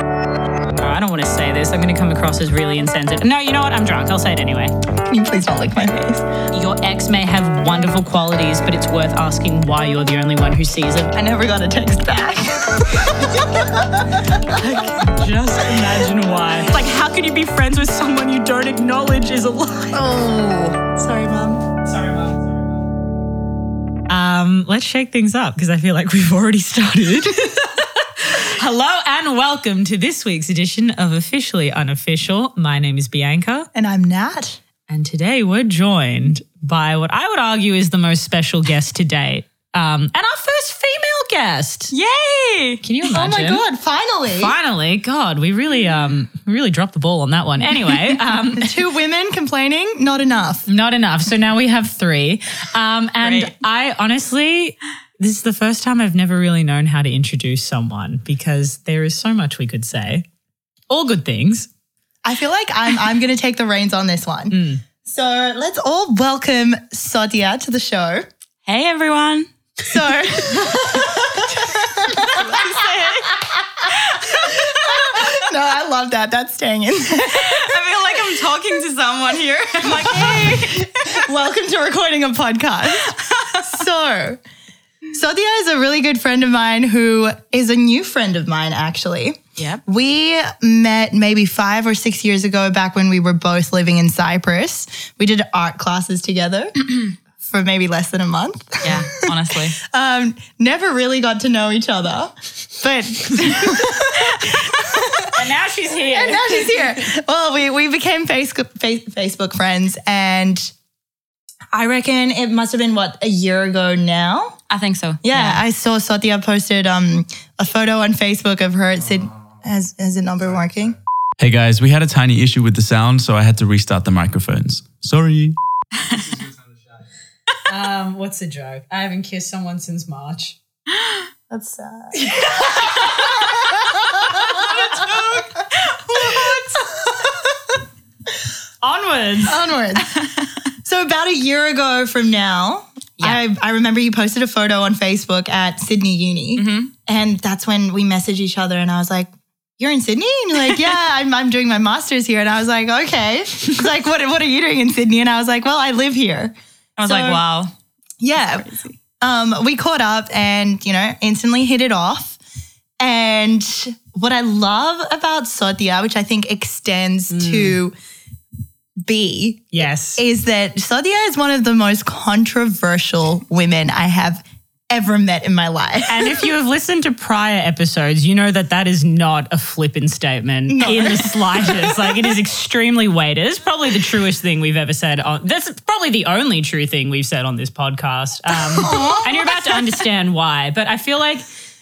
I don't want to say this. I'm going to come across as really insensitive. No, you know what? I'm drunk. I'll say it anyway. Can you please don't lick my face? Your ex may have wonderful qualities, but it's worth asking why you're the only one who sees them. I never got a text back. Just imagine why. Like, how can you be friends with someone you don't acknowledge is a lie? oh, sorry, mum. Um, let's shake things up because I feel like we've already started. Hello and welcome to this week's edition of Officially Unofficial. My name is Bianca, And I'm Nat. and today we're joined by what I would argue is the most special guest to date, um, and our first female guest. Yay! Can you imagine? Oh my god! Finally, Finally, God, we really, um, we really dropped the ball on that one. Anyway, um, two women complaining, not enough. Not enough. So now we have three. Um, and Great. I honestly, this is the first time I've never really known how to introduce someone because there is so much we could say. All good things. I feel like I'm I'm gonna take the reins on this one. So let's all welcome Sodia to the show. Hey, everyone. So No, I love that. That's staying in. I feel like I'm talking to someone here. I'm like, hey. Welcome to recording a podcast. so, Sodia is a really good friend of mine who is a new friend of mine, actually. Yep. We met maybe five or six years ago, back when we were both living in Cyprus. We did art classes together for maybe less than a month. Yeah, honestly. Um, never really got to know each other, but And now she's here. and now she's here. Well, we we became Facebook fa- Facebook friends, and I reckon it must have been what a year ago now. I think so. Yeah, I saw Sotia posted um a photo on Facebook of her. It said, "Has has it not been working?" Hey guys, we had a tiny issue with the sound, so I had to restart the microphones. Sorry. Um, what's the joke? I haven't kissed someone since March. That's sad. Onwards. Onwards. so about a year ago from now. I, I remember you posted a photo on Facebook at Sydney Uni, and that's when we messaged each other. And I was like, "You're in Sydney?" And you're like, "Yeah, I'm, I'm doing my master's here." And I was like, "Okay." It's like, "What what are you doing in Sydney?" And I was like, "Well, I live here." I was So- like, wow. Yeah. Um, we caught up and, you know, instantly hit it off. And what I love about Sodia, which I think extends to B, Yes. is that Sodia is one of the most controversial women I have ever met in my life. And if you have listened to prior episodes, you know that that is not a flippant statement in the slightest. like it is extremely weighted. It's probably the truest thing we've ever said. On that's probably the only true thing we've said on this podcast. Um, and you're about to understand why. But I feel like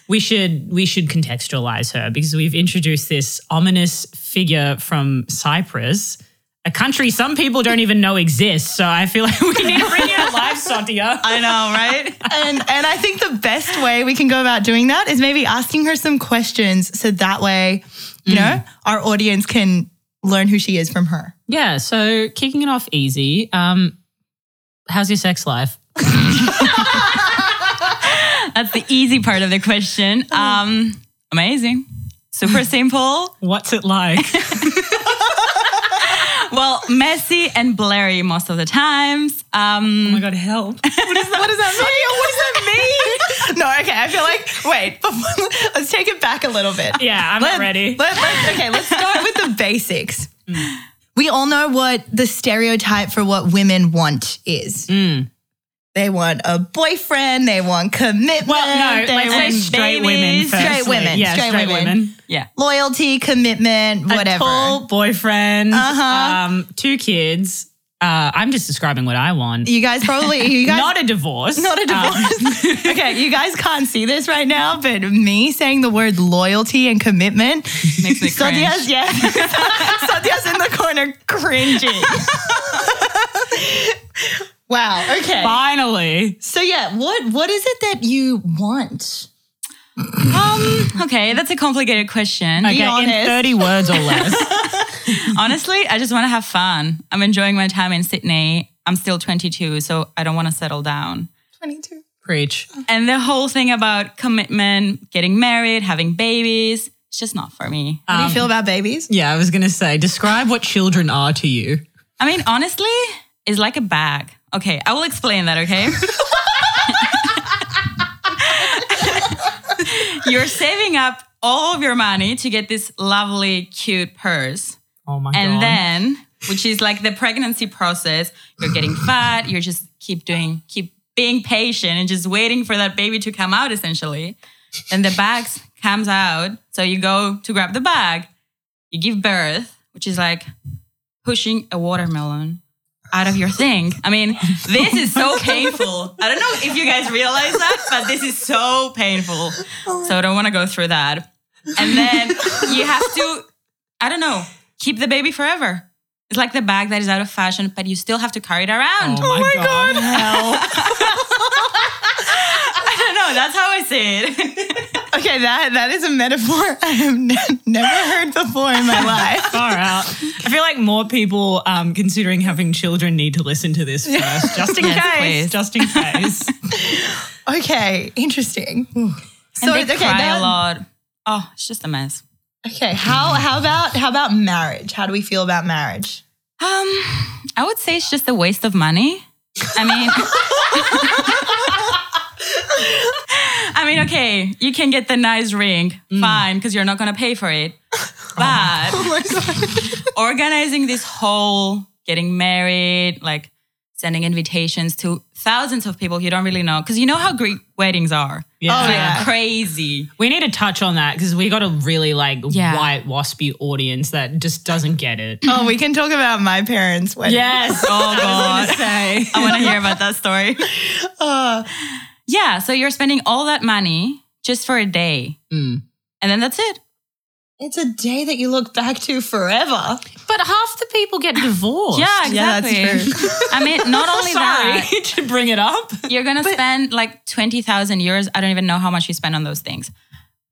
we should we should contextualize her because we've introduced this ominous figure from Cyprus. A country some people don't even know exists, so I feel like we need to bring you alive, Sotia. I know, right? and and I think the best way we can go about doing that is maybe asking her some questions so that way, you Mm. know, our audience can learn who she is from her. Yeah, so kicking it off easy. Um, how's your sex life? That's the easy part of the question. Mm. Um, amazing. Super simple. What's it like? Well, messy and blurry most of the times. Um, oh my god, help! What does that mean? What does that mean? no, okay. I feel like wait. before- let's take it back a little bit. Yeah, I'm Let- not ready. Mm. Let, us okay, let's start with the basics. We all know what the stereotype for what women want is. Mm. They want a boyfriend. They want commitment. well, no, they let's say want straight women babies. first. Straight women, yeah, straight straight, women. women. yeah. loyalty, commitment, A whatever. tall boyfriend, Uh-huh. um, two kids. Uh, I'm just describing what I want. you guys probably you guys not a divorce. Not a Um, divorce. okay, you guys can't see this right now, but me saying the word loyalty and commitment Makes me Sadia's, cringe. yeah. Sadia's in the corner cringing. wow. Okay. finally, So yeah, what what is it that you want? Um, okay, that's a complicated question. okay, in honest. 30 words or less. Honestly, I just want to have fun. I'm enjoying my time in Sydney. I'm still 22, so I don't want to settle down. 22. Preach. And the whole thing about commitment, getting married, having babies, It's just not for me. How do you feel about babies? Yeah, I was going to say, describe what children are to you. I mean, honestly, it's like a bag. Okay, I will explain that, okay? You're saving up all of your money to get this lovely, cute purse. Oh my And God. then, which is like the pregnancy process, you're getting fat, you're just keep doing, keep being patient and just waiting for that baby to come out essentially. And the bag comes out. So you go to grab the bag, you give birth, which is like pushing a watermelon out of your thing. I mean, this is so painful. I don't know if you guys realize that, but this is so painful. So I don't want to go through that. And then you have to, I don't know, keep the baby forever. It's like the bag that is out of fashion, but you still have to carry it around. oh my God. I don't know. That's how I see it. Okay, that that is a metaphor I have n- never heard before in my life. Far out. I feel like more people um, considering having children need to listen to this first, just in Yes, case. please. Just in case. Okay, interesting. So and they okay, cry that- a lot. Oh, it's just a mess. okay. How how about how about marriage? How do we feel about marriage? Um, I would say it's just a waste of money. I mean, I mean, okay, you can get the nice ring, fine, because you're not gonna pay for it. But organizing this whole getting married, like sending invitations to thousands of people you don't really know, because you know how Greek weddings are. Yeah. Oh, Like, yeah. crazy. We need to touch on that because we got a really like Yeah. white waspy audience that just doesn't get it. Mm-hmm. Oh, we can talk about my parents' wedding. Yes. Oh god. say. I want to hear about that story. Uh, Yeah, so you're spending all that money just for a day. Mm. And then that's it. it's a day that you look back to forever. Oh But half the people get divorced. Yeah, Yeah, that's exactly. I mean, not only Sorry that, to bring it up. you're going to spend like 20,000 euros. I don't even know how much you spend on those things.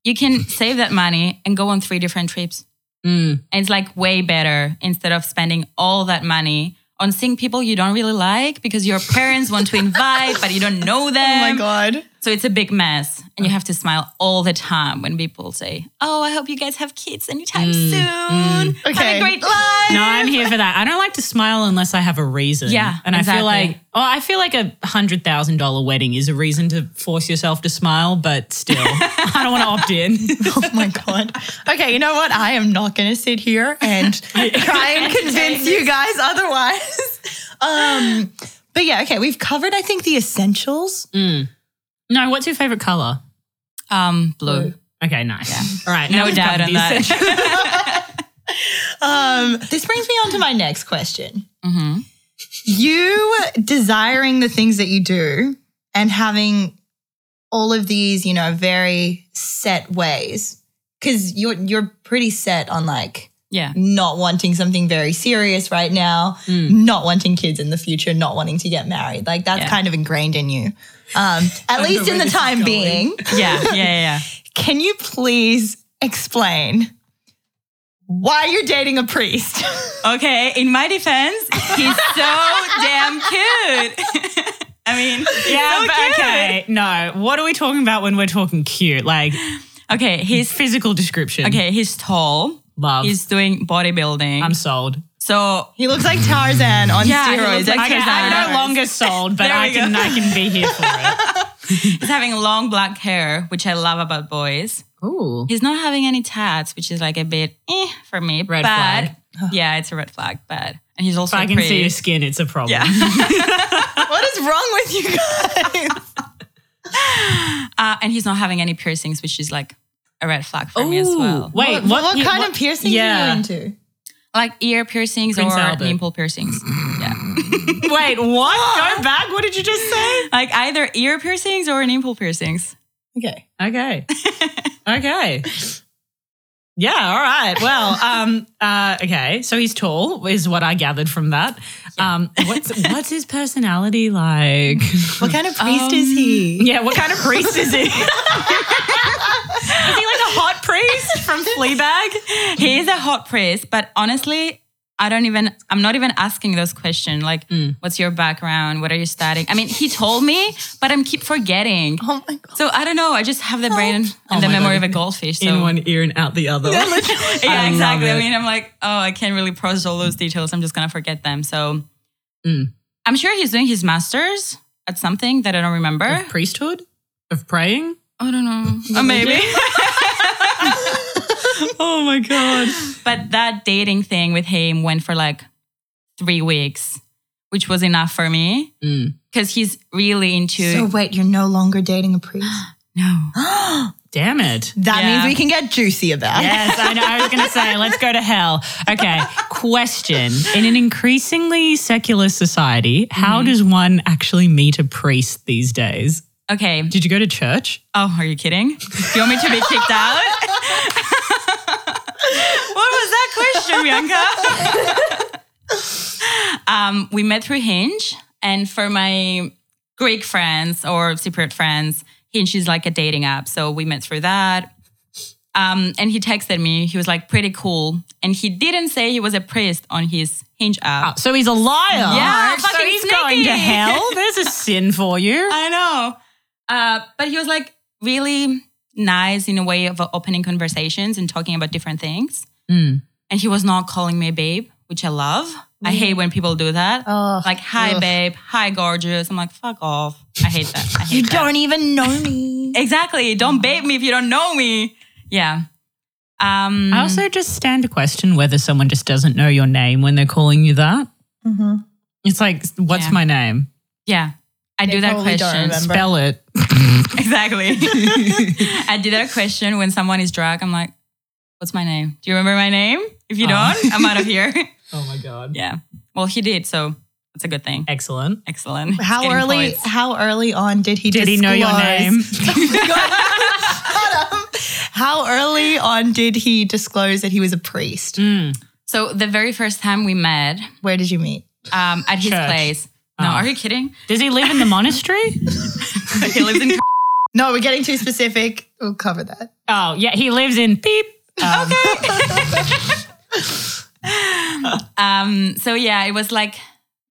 You can save that money and go on three different trips. And it's like way better instead of spending all that money on seeing people you don't really like because your parents want to invite, but you don't know them. Oh my god. So it's a big mess, and you Mm. have to smile all the time when people say, "Oh, I hope you guys have kids anytime soon. Have Okay. a great life." Mm, No, I'm here for that. I don't like to smile unless I have a reason. Yeah, and I feel like exactly. oh, I feel like a hundred thousand dollar wedding is a reason to force yourself to smile, but still, I don't want to opt in. Oh my god. Okay, you know what? I am not going to sit here and try and convince you guys otherwise. Um, but yeah, okay, we've covered I think the essentials. No, what's your favorite color? Um, blue. Okay, nice. All right, No doubt on that. Um, this brings me on to my next question. You desiring the things that you do and having all of these, you know, very set ways because you're you're pretty set on like yeah. not wanting something very serious right now, not wanting kids in the future, not wanting to get married. Like that's Yeah. kind of ingrained in you. Um, at least in the time being. yeah, yeah, yeah, yeah. Can you please explain why you're dating a priest? Okay. In my defense, he's so damn cute. I mean, Yeah, so but cute. okay. No, what are we talking about when we're talking cute? Like Okay, he's physical description. okay. He's tall. love. He's doing bodybuilding. I'm sold. so he looks like Tarzan on Yeah, steroids. he looks like That's Okay, Tarzan. Tarzan. I'm no Tarzan. longer sold, but There I we go. can I can be here for it. he's having long black hair, which I love about boys. Ooh. He's not having any tats, which is like a bit eh, for me. Red but yeah, it's a red flag. But and he's also If I can pretty. see your skin, it's a problem. Yeah. what is wrong with you guys? Uh, and he's not having any piercings, which is like a red flag for me as well. Wait, what, what yeah, kind what- of piercings yeah. are you into? Like ear piercings Prince or Albert. nipple piercings. yeah. Wait, what? Go back. What did you just say? Like either ear piercings or nipple piercings. Okay. Okay. okay. Yeah, all right. Well, um, uh, okay. So he's tall, is what I gathered from that. Um, what's what's his personality like? What kind of priest is he? Yeah, what kind of priest is he? is he like a hot priest from Fleabag? He is a hot priest, but honestly, I don't even, I'm not even asking those questions. Like, Mm. what's your background? What are you studying? I mean, he told me, but I'm keep forgetting. Oh my God. So I don't know. I just have the brain and the memory of a goldfish. So. in one ear and out the other. yeah, I love exactly. I it. mean, I'm like, oh, I can't really process all those details. I'm just gonna forget them. So Mm. I'm sure he's doing his masters at something that I don't remember. Of priesthood of praying. I don't know. Or maybe. Oh my god! but that dating thing with him went for like three weeks, which was enough for me Mm. because he's really into. So wait, you're no longer dating a priest. no. Damn it. That Yeah. means we can get juicy about it. Yes, I know. I was going to say, let's go to hell. Okay, question. In an increasingly secular society, how does one actually meet a priest these days? Okay. Did you go to church? Oh, are you kidding? Do you want me to be kicked out? what was that question, Bianca? um, we met through Hinge, and for my Greek friends or Cypriot friends, Hinge is like a dating app. So we met through that. Um, and he texted me. He was like, pretty cool. And he didn't say he was a priest on his Hinge app. So he's a liar. Yeah, so fucking he's Um, sneaky. going to hell. There's a sin for you. I know. Uh, but he was like really nice in a way of uh, opening conversations and talking about different things. Mm. And he was not calling me babe, which I love. I hate when people do that. Oh, like, hi, Mm. ugh. babe. Hi, gorgeous. I'm like, fuck off. I hate that. I hate You that. don't even know me. Exactly. Don't babe me if you don't know me. Yeah. Um, I also just stand to question whether someone just doesn't know your name when they're calling you that. mm-hmm. It's like, what's Yeah. my name? yeah. I do that probably don't question. remember. Spell it. Exactly. I do that question when someone is drunk. I'm like, what's my name? Do you remember my name? If you Oh. don't, I'm out of here. Oh my God. yeah. Well, he did. So that's a good thing. Excellent. Excellent. He's How getting early? points. How early on did he? Did he know your disclose- name? Shut up. How early on did he disclose that he was a priest? Mm. So the very first time we met Where did you meet? um, at his Church. place. No, Oh. are you kidding? Does he live in the monastery? he lives in. No, we're getting too specific. We'll cover that. Oh, yeah, he lives in beep. Um, Um, so yeah, it was like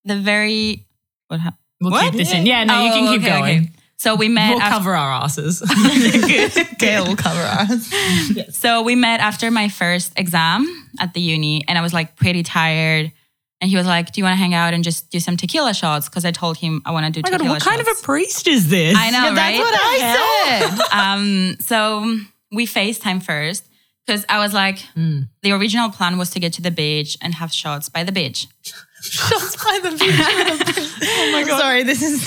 the very. What happened? We'll What? Oh, keep this in. Yeah, no, you can keep going. So we met. We'll after- cover our asses. Oh Gail will cover us. So we met after my first exam at the uni, and I was like pretty tired. And he was like, "Do you want to hang out and just do some tequila shots?" Because I told him I want to do Oh my god, tequila what kind of a shots. priest is this? I know, Yeah, that's right? what I said. um, so we FaceTime first because I was like, the original plan was to get to the beach and have shots by the beach. Shots by the beach. oh my god! Sorry, this is.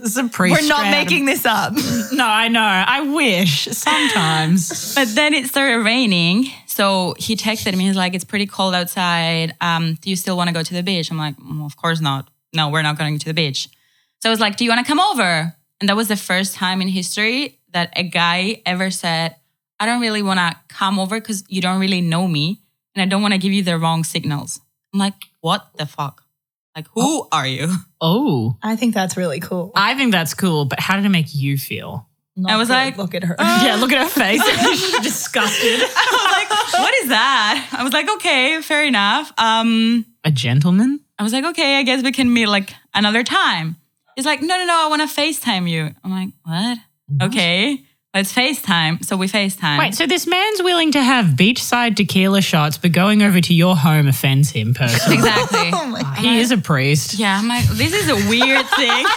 It's a priest. We're not strand. making this up. No, I know. I wish sometimes. But then it started raining. So he texted me. He's like, it's pretty cold outside. Um, do you still want to go to the beach? I'm like, "Mm, of course not. No, we're not going to the beach. So I was like, do you want to come over? And that was the first time in history that a guy ever said, I don't really want to come over because you don't really know me. And I don't want to give you the wrong signals. I'm like, what the fuck? Like, who are you? oh, I think that's really cool. I think that's cool. But how did it make you feel? Not I was good. like, look at her. yeah, look at her face. She's disgusted. I was like, what is that? I was like, okay, fair enough. Um, A gentleman. I was like, okay, I guess we can meet like another time. He's like, no, no, no, I want to FaceTime you. I'm like, what? Okay, let's FaceTime. So we FaceTime. Wait, so this man's willing to have beachside tequila shots, but going over to your home offends him personally. Exactly. oh my god! he is a priest. yeah, I'm like, this is a weird thing.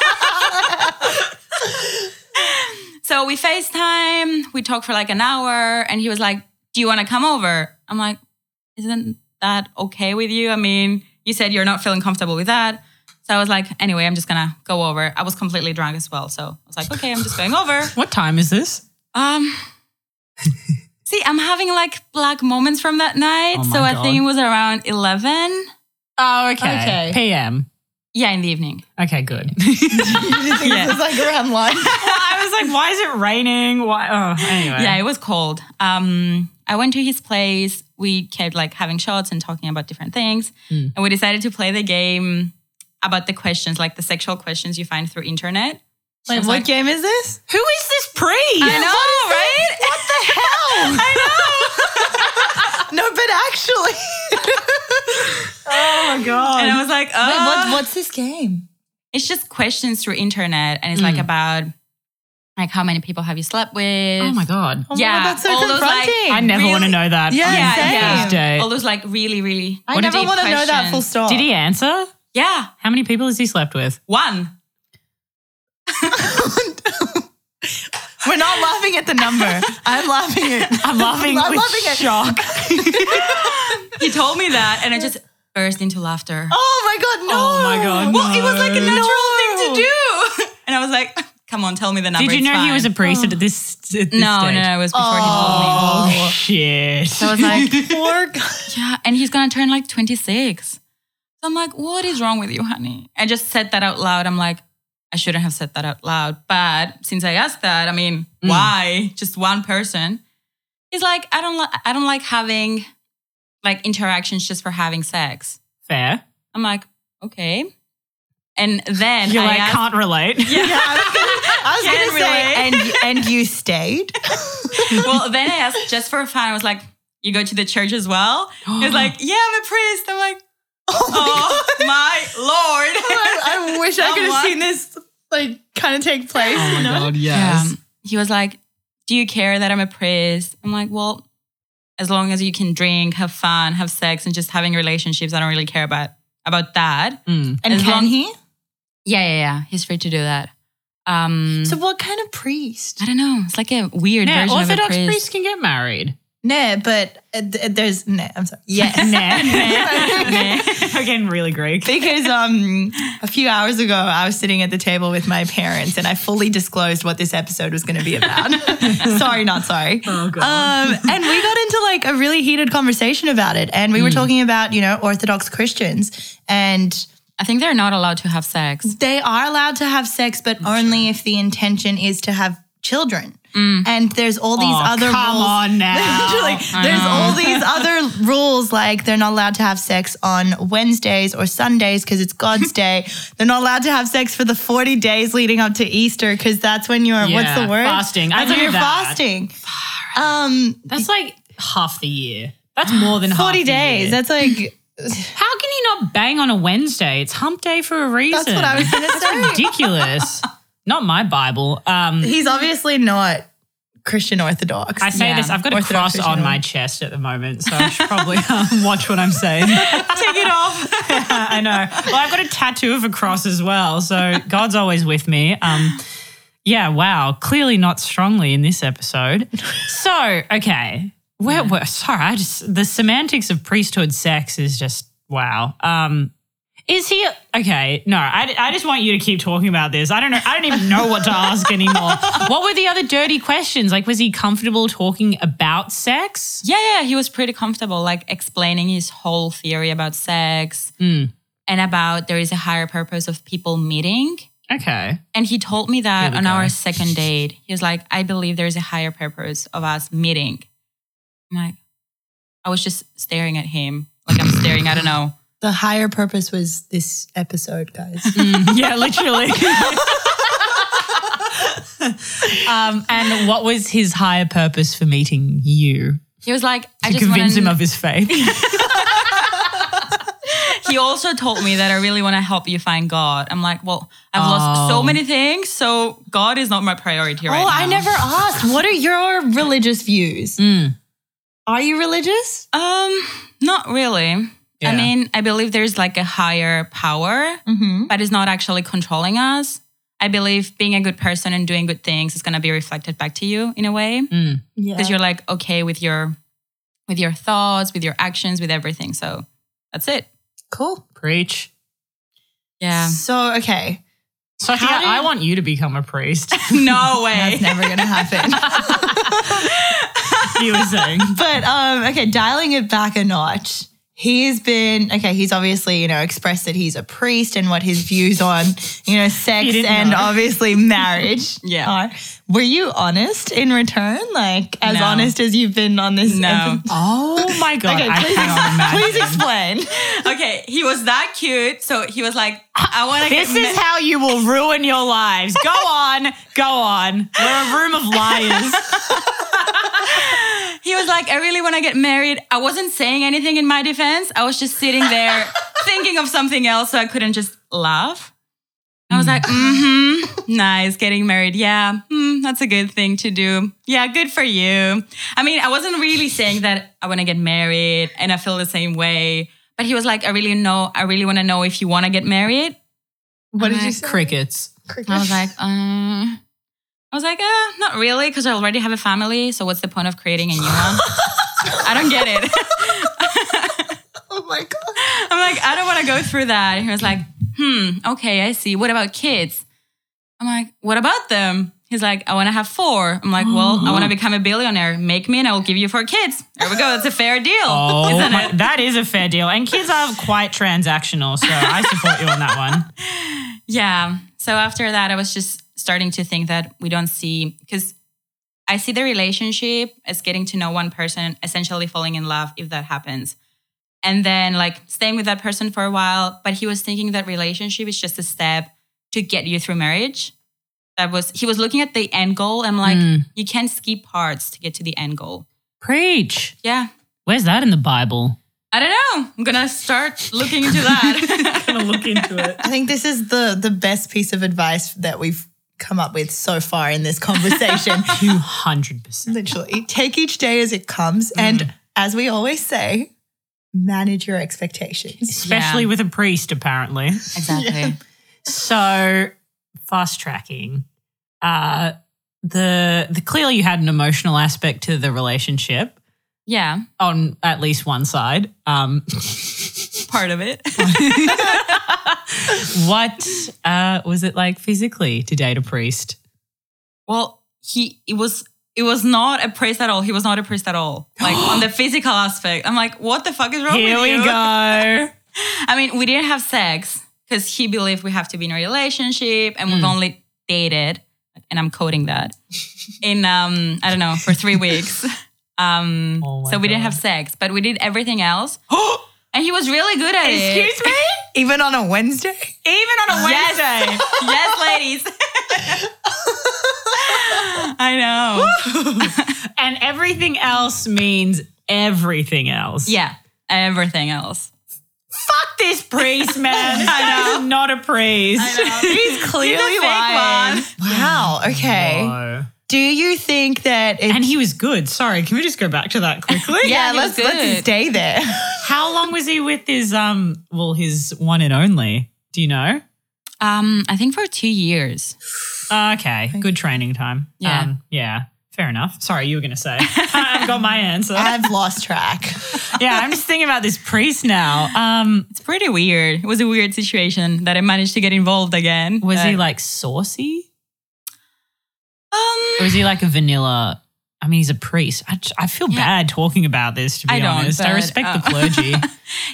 so we FaceTime, we talk for like an hour, and he was like, do you want to come over? I'm like, isn't that okay with you? I mean, you said you're not feeling comfortable with that. So I was like, anyway, I'm just gonna go over. I was completely drunk as well. So I was like, okay, I'm just going over. What time is this? Um, see, I'm having like black moments from that night. Oh my so I think God. it was around 11. Oh, Okay. PM. Yeah, in the evening. Okay, good. You think Yeah. this is like around lunch? I was like, why is it raining? Why? Oh, anyway. Yeah, it was cold. Um, I went to his place. We kept like having shots and talking about different things. Hmm. Mm. And we decided to play the game about the questions, like the sexual questions you find through internet. Wait, what like- game is this? Who is this priest? I know, right? What the hell? I know. no, but actually, like, oh. Wait, what, what's this game? it's just questions through internet and it's like Hmm. about like how many people have you slept with Oh my god. Oh my Yeah, God, that's so all those, like, confronting. I never Really? want to know that. Yeah, on yeah, same. yeah. Tuesday. all those like really really I never want to know that full stop. Did he answer? yeah How many people has he slept with? one We're not laughing at the number. I'm laughing at. I'm laughing I'm with laughing at- shock. he told me that and i just burst into laughter Oh my god, no! Oh my God, Well, it was like a no. natural to thing to do. do and i was like come on tell me the number Did you it's know he fine. was a priest at this, at this no stage? no no it was before Oh, Oh. shit. he told me i was like Poor guy. yeah and he's gonna turn like 26 so i'm like what is wrong with you honey i just said that out loud i'm like i shouldn't have said that out loud but since i asked that i mean Mm. why just one person he's like i don't like i don't like having like interactions just for having sex Fair. i'm like okay and then You're I like, asked- can't relate. Yeah. I was Can't gonna say, relate. and and you stayed. well, then I asked just for fun. I was like, "You go to the church as well?" He was like, "Yeah, I'm a priest." I'm like, Oh my "Oh my lord!" I, I wish I could have Someone- seen this like kind of take place. Oh you know? Um, he was like, "Do you care that I'm a priest?" I'm like, "Well, as long as you can drink, have fun, have sex, and just having relationships, I don't really care about about that." Mm. And As can long- he? Yeah, yeah, yeah. He's free to do that. Um, So what kind of priest? I don't know. It's like a weird Now, version Orthodox of a priest. priests can get married. Nah, but uh, th- there's nah. I'm sorry. Yes. Nah. Nah. Again, really Greek. Because um, a few hours ago, I was sitting at the table with my parents and I fully disclosed what this episode was going to be about. sorry, not sorry. Oh, God. Um, and we got into like a really heated conversation about it. And we were talking about, you know, Orthodox Christians. And I think they're not allowed to have sex. they are allowed to have sex, but only if the intention is to have children. And there's all these Oh, other Mm. come rules. on now. Literally, there's all these other rules like they're not allowed to have sex on Wednesdays or Sundays because it's God's day. They're not allowed to have sex for the 40 days leading up to Easter because that's when you're what's Yeah, the word? fasting. I That's when knew you're that. fasting. Um That's like half the year. That's more than half 40 the days. year. That's like How can you not bang on a Wednesday? It's hump day for a reason. that's what I was gonna say. ridiculous. Not my Bible. Um, He's obviously not Christian Orthodox. I say Yeah. this. I've got a Orthodox cross on Christian. my chest at the moment, so I should probably um, watch what I'm saying. Take it off. I know. Well, I've got a tattoo of a cross as well, so God's always with me. Um, yeah. Wow. Clearly not strongly in this episode. So okay. Where, where sorry, I just the semantics of priesthood sex is just wow. Um, is he okay? No, I, I just want you to keep talking about this. I don't know. I don't even know what to ask anymore. What were the other dirty questions? Like, was he comfortable talking about sex? Yeah, yeah, he was pretty comfortable, like explaining his whole theory about sex and about there is a higher purpose of people meeting. Okay. And he told me that we on go. our second date, he was like, I believe there is a higher purpose of us meeting. I'm like, I was just staring at him. Like I'm staring, I don't know. The higher purpose was this episode, guys. yeah, literally. um, and what was his higher purpose for meeting you? He was like, I To just convince him wanna, of his faith. He also told me that I really want to help you find God. I'm like, well, I've lost so many things, so God is not my priority right oh, now. I never asked. What are your religious views? Mm. Are you religious? Um, not really. Yeah. I mean, I believe there's like a higher power, Mm-hmm. but it's not actually controlling us. I believe being a good person and doing good things is gonna be reflected back to you in a way Mm. Yeah. because you're like okay with your with your thoughts, with your actions, with everything. So that's it. cool. Preach. Yeah. So, okay. So How do you- I want you to become a priest. no way. That's never going to happen. you were saying. but, um, okay, dialing it back a notch. He's been, okay, he's obviously, you know, expressed that he's a priest and what his views on, you know, sex didn't and know. obviously marriage Yeah. are. Were you honest in return? Like, as No. honest as you've been on this? No. Oh my god! Okay, I please cannot imagine. Please explain. okay, he was that cute, so he was like, I want to get. This is how you will ruin your lives. Go on, go on. We're a room of liars. he was like, I really want to get married. I wasn't saying anything in my defense. I was just sitting there thinking of something else, so I couldn't just laugh. I was like, mm hmm, nice, getting married. Yeah, hmm, that's a good thing to do. Yeah, good for you. I mean, I wasn't really saying that I want to get married and I feel the same way. But he was like, I really know, I really want to know if you want to get married. What did I'm you like, say? Crickets. Cricket. I was like, um, I was like, uh, not really, because I already have a family. So what's the point of creating a new one? I don't get it. oh my god. I'm like, I don't want to go through that. And he was like, hmm, okay, I see. What about kids? I'm like, what about them? He's like, I want to have four. I'm like, well, I want to become a billionaire. Make me and I will give you four kids. There we go. That's a fair deal. Oh, isn't my- it? that is a fair deal. And kids are quite transactional, so I support you on that one. Yeah. So after that, I was just starting to think that we don't see, because I see the relationship as getting to know one person, essentially falling in love if that happens. And then like staying with that person for a while. But he was thinking that relationship is just a step to get you through marriage. That was, he was looking at the end goal. I'm like, you can skip parts to get to the end goal. Preach. Yeah. Where's that in the Bible? I don't know. I'm going to start looking into that. Gonna look into it. I think this is the the best piece of advice that we've come up with so far in this conversation. 200%. Literally, Mm. take each day as it comes, and as we always say, manage your expectations. Especially with a priest, apparently. exactly. So fast tracking. Uh the the clearly you had an emotional aspect to the relationship Yeah. on at least one side. Um Part of it. what uh was it like physically to date a priest? Well, he it was it was not a priest at all. He was not a priest at all. Like on the physical aspect, I'm like, what the fuck is wrong Here with we you? go. I mean, we didn't have sex because he believed we have to be in a relationship, and we've Mm. only dated, and I'm coding that in um I don't know for three weeks. Um, Oh my so we didn't God. have sex, but we did everything else. and he was really good at it. Excuse me? Even on a Wednesday, Even on a Yes. Wednesday. yes, ladies. I know. and everything else means everything else. Yeah, everything else. Fuck this priest, man. This guy is not a priest. He's clearly lying. wow. Okay, No. do you think that? It, And he was good. Sorry, can we just go back to that quickly? yeah, he let's was let's good. stay there. How long was he with his um well his one and only? Do you know? Um, I think for two years. Uh, Okay, good training time. Yeah. Um, yeah. Fair enough. Sorry, you were going to say. I've got my answer. I've lost track. yeah, I'm just thinking about this priest now. Um, It's pretty weird. It was a weird situation that I managed to get involved again. was he But- like saucy? Um, Or is he like a vanilla? I mean, he's a priest. I, j- I feel Yeah. bad talking about this, to be I don't, honest. I but, respect the uh, clergy.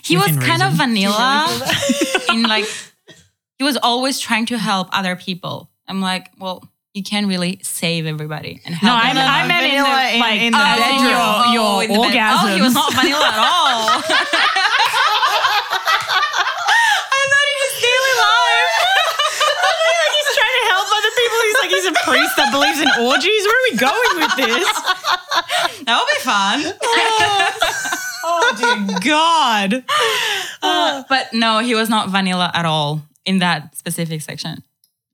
he was within kind of reason. vanilla in like he was always trying to help other people. I'm like, well, you can't really save everybody and no, help. I, everyone. I meant in the, Vanilla in- like, in the I meant your, bedroom. your in the bed. orgasms. Oh, he was not vanilla at all. I thought he was daily life. he's trying to help other people. He's like, he's a priest that believes in orgies. Where are we going with this? that would be fun. Oh, dear God. Uh, But no, he was not vanilla at all in that specific section.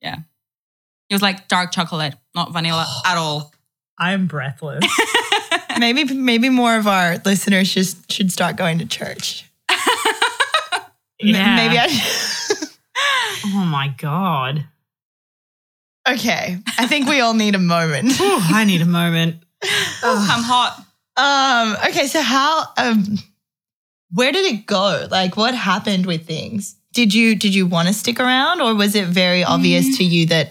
Yeah. He was like dark chocolate, not vanilla at all. I'm breathless. maybe maybe more of our listeners just should start going to church. M- Yeah. Maybe I. should- Oh, my God. Okay, I think we all need a moment. Ooh, I need a moment. I'm hot. Um. Okay. So how? Um. Where did it go? Like, what happened with things? Did you did you want to stick around, or was it very obvious to you that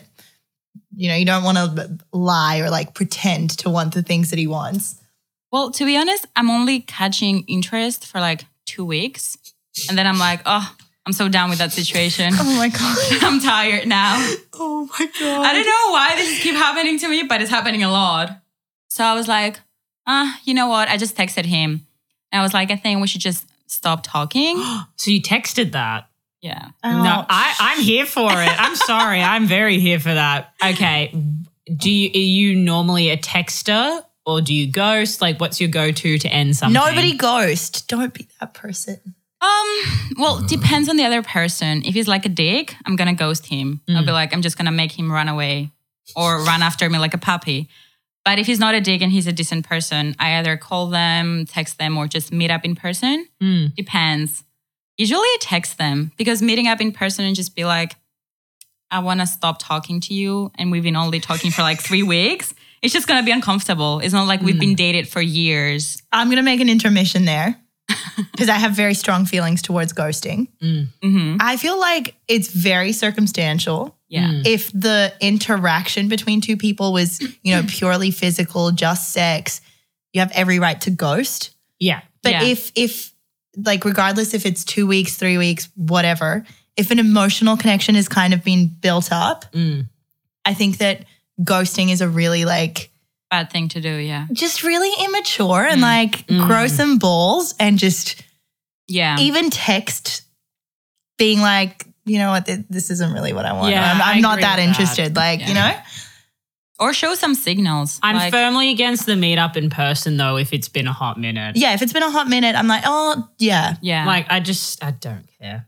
you know you don't want to lie or like pretend to want the things that he wants? Well, to be honest, I'm only catching interest for like two weeks. And then I'm like, oh, I'm so down with that situation. Oh my god! I'm tired now. Oh my god! I don't know why this keep happening to me, but it's happening a lot. So I was like, ah, you know what? I just texted him. And I was like, I think we should just stop talking. So you texted that. yeah. Oh, Oh, No, I, I'm here for it. I'm sorry. I'm very here for that. Okay. Do you, are you normally a texter or do you ghost? Like, what's your go to to end something? Nobody ghost. Don't be that person. Um, well, depends on the other person. If he's like a dick, I'm gonna ghost him. I'll be like, I'm just gonna make him run away or run after me like a puppy. But if he's not a dick and he's a decent person, I either call them, text them, or just meet up in person. Mm. Depends. Usually I text them because meeting up in person and just be like, I wanna stop talking to you and we've been only talking for like three weeks. It's just gonna be uncomfortable. It's not like we've been dated for years. I'm going to make an intermission there because I have very strong feelings towards ghosting. hmm I feel like it's very circumstantial. Yeah. Mm. If the interaction between two people was, you know, purely physical, just sex, you have every right to ghost. Yeah. But Yeah. if if like regardless if it's 2 weeks, 3 weeks, whatever, if an emotional connection has kind of been built up, Mm. I think that ghosting is a really like Bad thing to do, yeah. just really immature and like Mm. grow some balls and just Yeah. even text being like, you know what, th- this isn't really what I want. Yeah, I'm, I I'm not agree that with that. interested. Like, you know, or show some signals. I'm like, firmly against the meetup in person though, if it's been a hot minute. yeah, if it's been a hot minute, I'm like, oh, yeah. yeah, Like, I just, I don't care.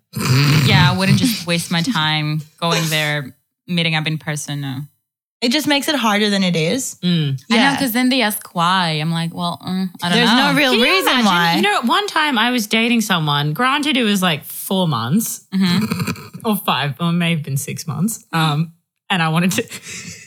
yeah, I wouldn't just waste my time going there, meeting up in person. No. It just makes it harder than it is. Mm. I know Yeah. because then they ask why. I'm like, well, mm, I don't There's know. no real Can you reason imagine? why. You know, at one time I was dating someone. Granted, it was like four months Mm-hmm. or five, or it may have been six months. Um, and I wanted to.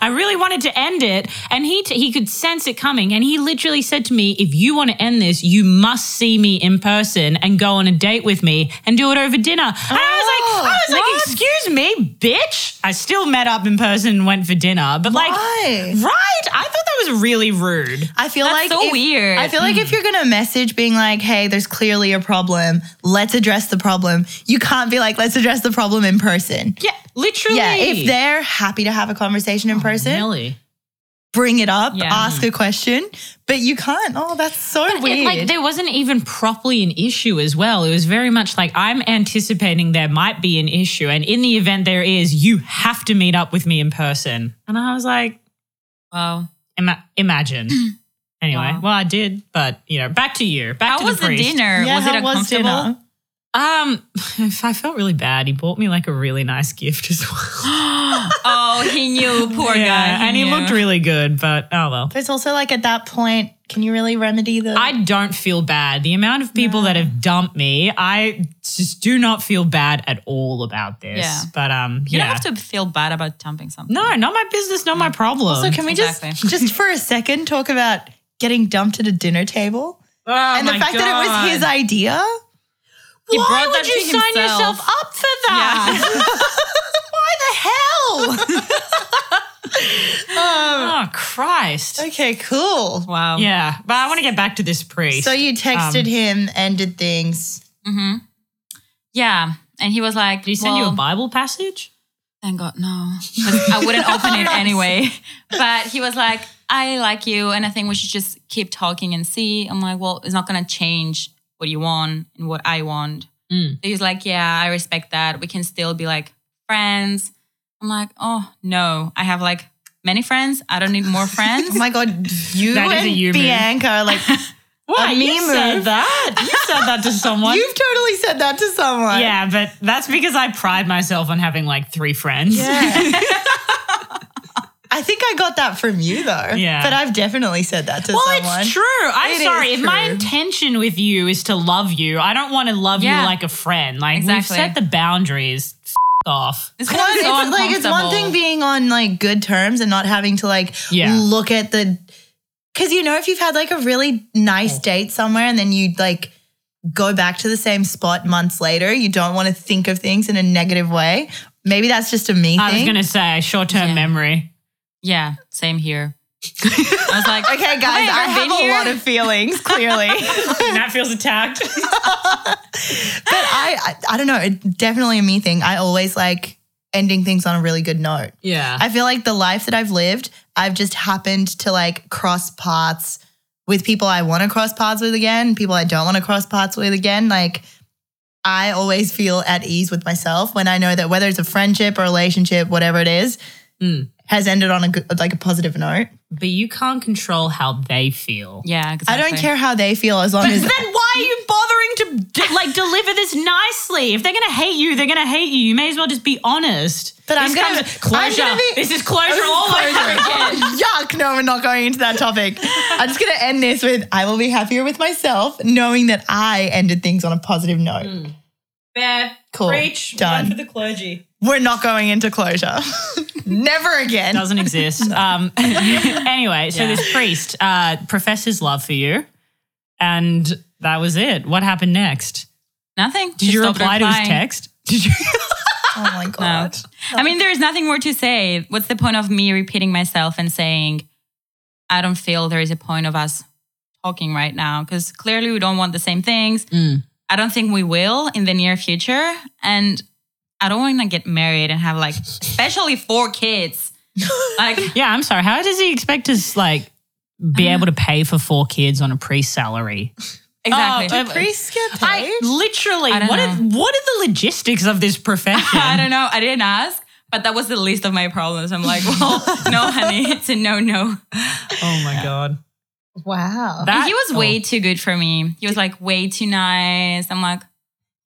I really wanted to end it, and he t- he could sense it coming, and he literally said to me, "If you want to end this, you must see me in person and go on a date with me and do it over dinner." And I was like, I was Oh, like, "Excuse me, bitch!" I still met up in person and went for dinner, but like, Why? right? I thought that was really rude. I feel like That's so if- weird. I feel like if you're gonna message being like, "Hey, there's clearly a problem. Let's address the problem." You can't be like, "Let's address the problem in person." Yeah, literally. Yeah, if they're happy to have a conversation in person, Really? bring it up, Yeah. ask a question, but you can't. Oh, that's so weird. It, like there wasn't even properly an issue as well. It was very much like I'm anticipating there might be an issue, and in the event there is, you have to meet up with me in person. And I was like, Wow. ima- imagine. anyway, Wow. well, I did, but you know, back to you. Back How to was the the priest. dinner? Yeah, was it how was uncomfortable? dinner? Um, I felt really bad. He bought me like a really nice gift as well. oh, he knew, poor Yeah, guy. and he knew. looked really good, but oh well. But it's also like at that point, can you really remedy the? I don't feel bad. The amount of people that have dumped me, I just do not feel bad at all about this. Yeah. But um, You yeah. don't have to feel bad about dumping something. no, not my business, not my problem. so can we Exactly. just just for a second talk about getting dumped at a dinner table oh, and the my fact that it was his God. idea? Why brought would that you to sign himself. yourself up for that? Why the hell? oh Christ. okay, cool. Wow. Yeah, but I want to get back to this priest. So you Um, texted him and did things. hmm Yeah. And he was like, Did he send well, you a Bible passage? Thank God, no. 'Cause I wouldn't open it anyway. But he was like, I like you, and I think we should just keep talking and see. I'm like, well, it's not going to change what you want and what I want. Mm. So he's like, yeah, I respect that. We can still be like friends. I'm like, oh, no. I have like many friends. I don't need more friends. Oh my god, you That is a and you move. Bianca are like Why you meme said move. that? You said that to someone. you've totally said that to someone. yeah, but that's because I pride myself on having like three friends. Yeah. I think I got that from you though. Yeah. But I've definitely said that to Well, someone. it's true. I'm It is sorry. If my true. intention with you is to love you, I don't want to love Yeah. you like a friend. Like Exactly. we've set the boundaries. F- off. It's Well, gonna be it's, so like it's one thing uncomfortable. being on like good terms and not having to like Yeah. look at the because you know if you've had like a really nice Oh. date somewhere and then you like go back to the same spot months later, you don't want to think of things in a negative way. Maybe that's just a me I was thing. gonna say short-term Yeah. memory. Yeah, same here. I was like, okay, guys, Have I I ever have been a here? lot of feelings clearly, but That feels attacked. I, I I don't know. It, definitely a me thing. I always like ending things on a really good note. yeah. I feel like the life that I've lived, I've just happened to like cross paths with people I want to cross paths with again, people I don't want to cross paths with again. Like, I always feel at ease with myself when I know that whether it's a friendship, a relationship, whatever it is, Mm. has ended on a good, like a positive note. but you can't control how they feel. Yeah, I exactly. don't care how they feel as long as Then why are you bothering to de- like deliver this nicely? If they're gonna hate you, they're gonna hate you. You may as well just be honest. But this I'm gonna- comes- closure. I'm gonna be- this is closure This is all over closure. again. Oh, yuck. No, we're not going into that topic. I'm just going to end this with I will be happier with myself knowing that I ended things on a positive note. Hmm. Fair. Cool. Preach. Done. One for the clergy. We're not going into closure. Never again. Doesn't exist. um, anyway, so Yeah. this priest uh, professed his love for you, and that was it. What happened next? Nothing. Did you reply to his text? Did you? Oh my God. I mean, there's nothing more to say. What's the point of me repeating myself and saying, I don't feel there is a point of us talking right now? Because clearly we don't want the same things. Mm. I don't think we will in the near future. And I don't want to get married and have like, especially four kids. Like, Yeah, I'm sorry. How does he expect to like be able to pay for four kids on a priest salary? exactly. Oh, Priests get paid. I literally. I don't what are what are the logistics of this profession? I don't know. I didn't ask, but that was the least of my problems. I'm like, well, no, honey, it's a no, no. oh my god. wow. That- he was oh. way too good for me. He was like way too nice. I'm like,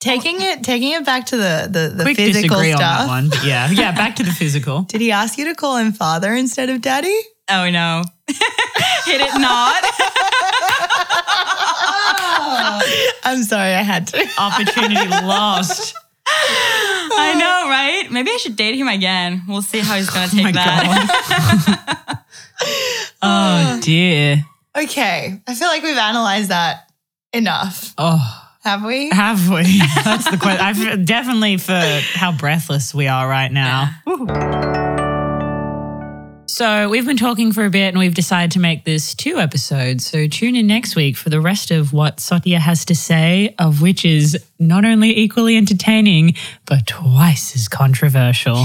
taking it taking it back to the the, the quick physical disagree stuff. on that one. But yeah, yeah. Back to the physical. Did he ask you to call him father instead of daddy? oh no, he did not. I'm sorry, I had to. Opportunity lost. I know, right? Maybe I should date him again. We'll see how he's gonna take my that. Oh dear. Okay. I feel like we've analyzed that enough. Oh. Have we? Have we? That's the question. I've, definitely for how breathless we are right now. Woo. So we've been talking for a bit, and we've decided to make this two episodes. So tune in next week for the rest of what Sotia has to say, of which is not only equally entertaining but twice as controversial.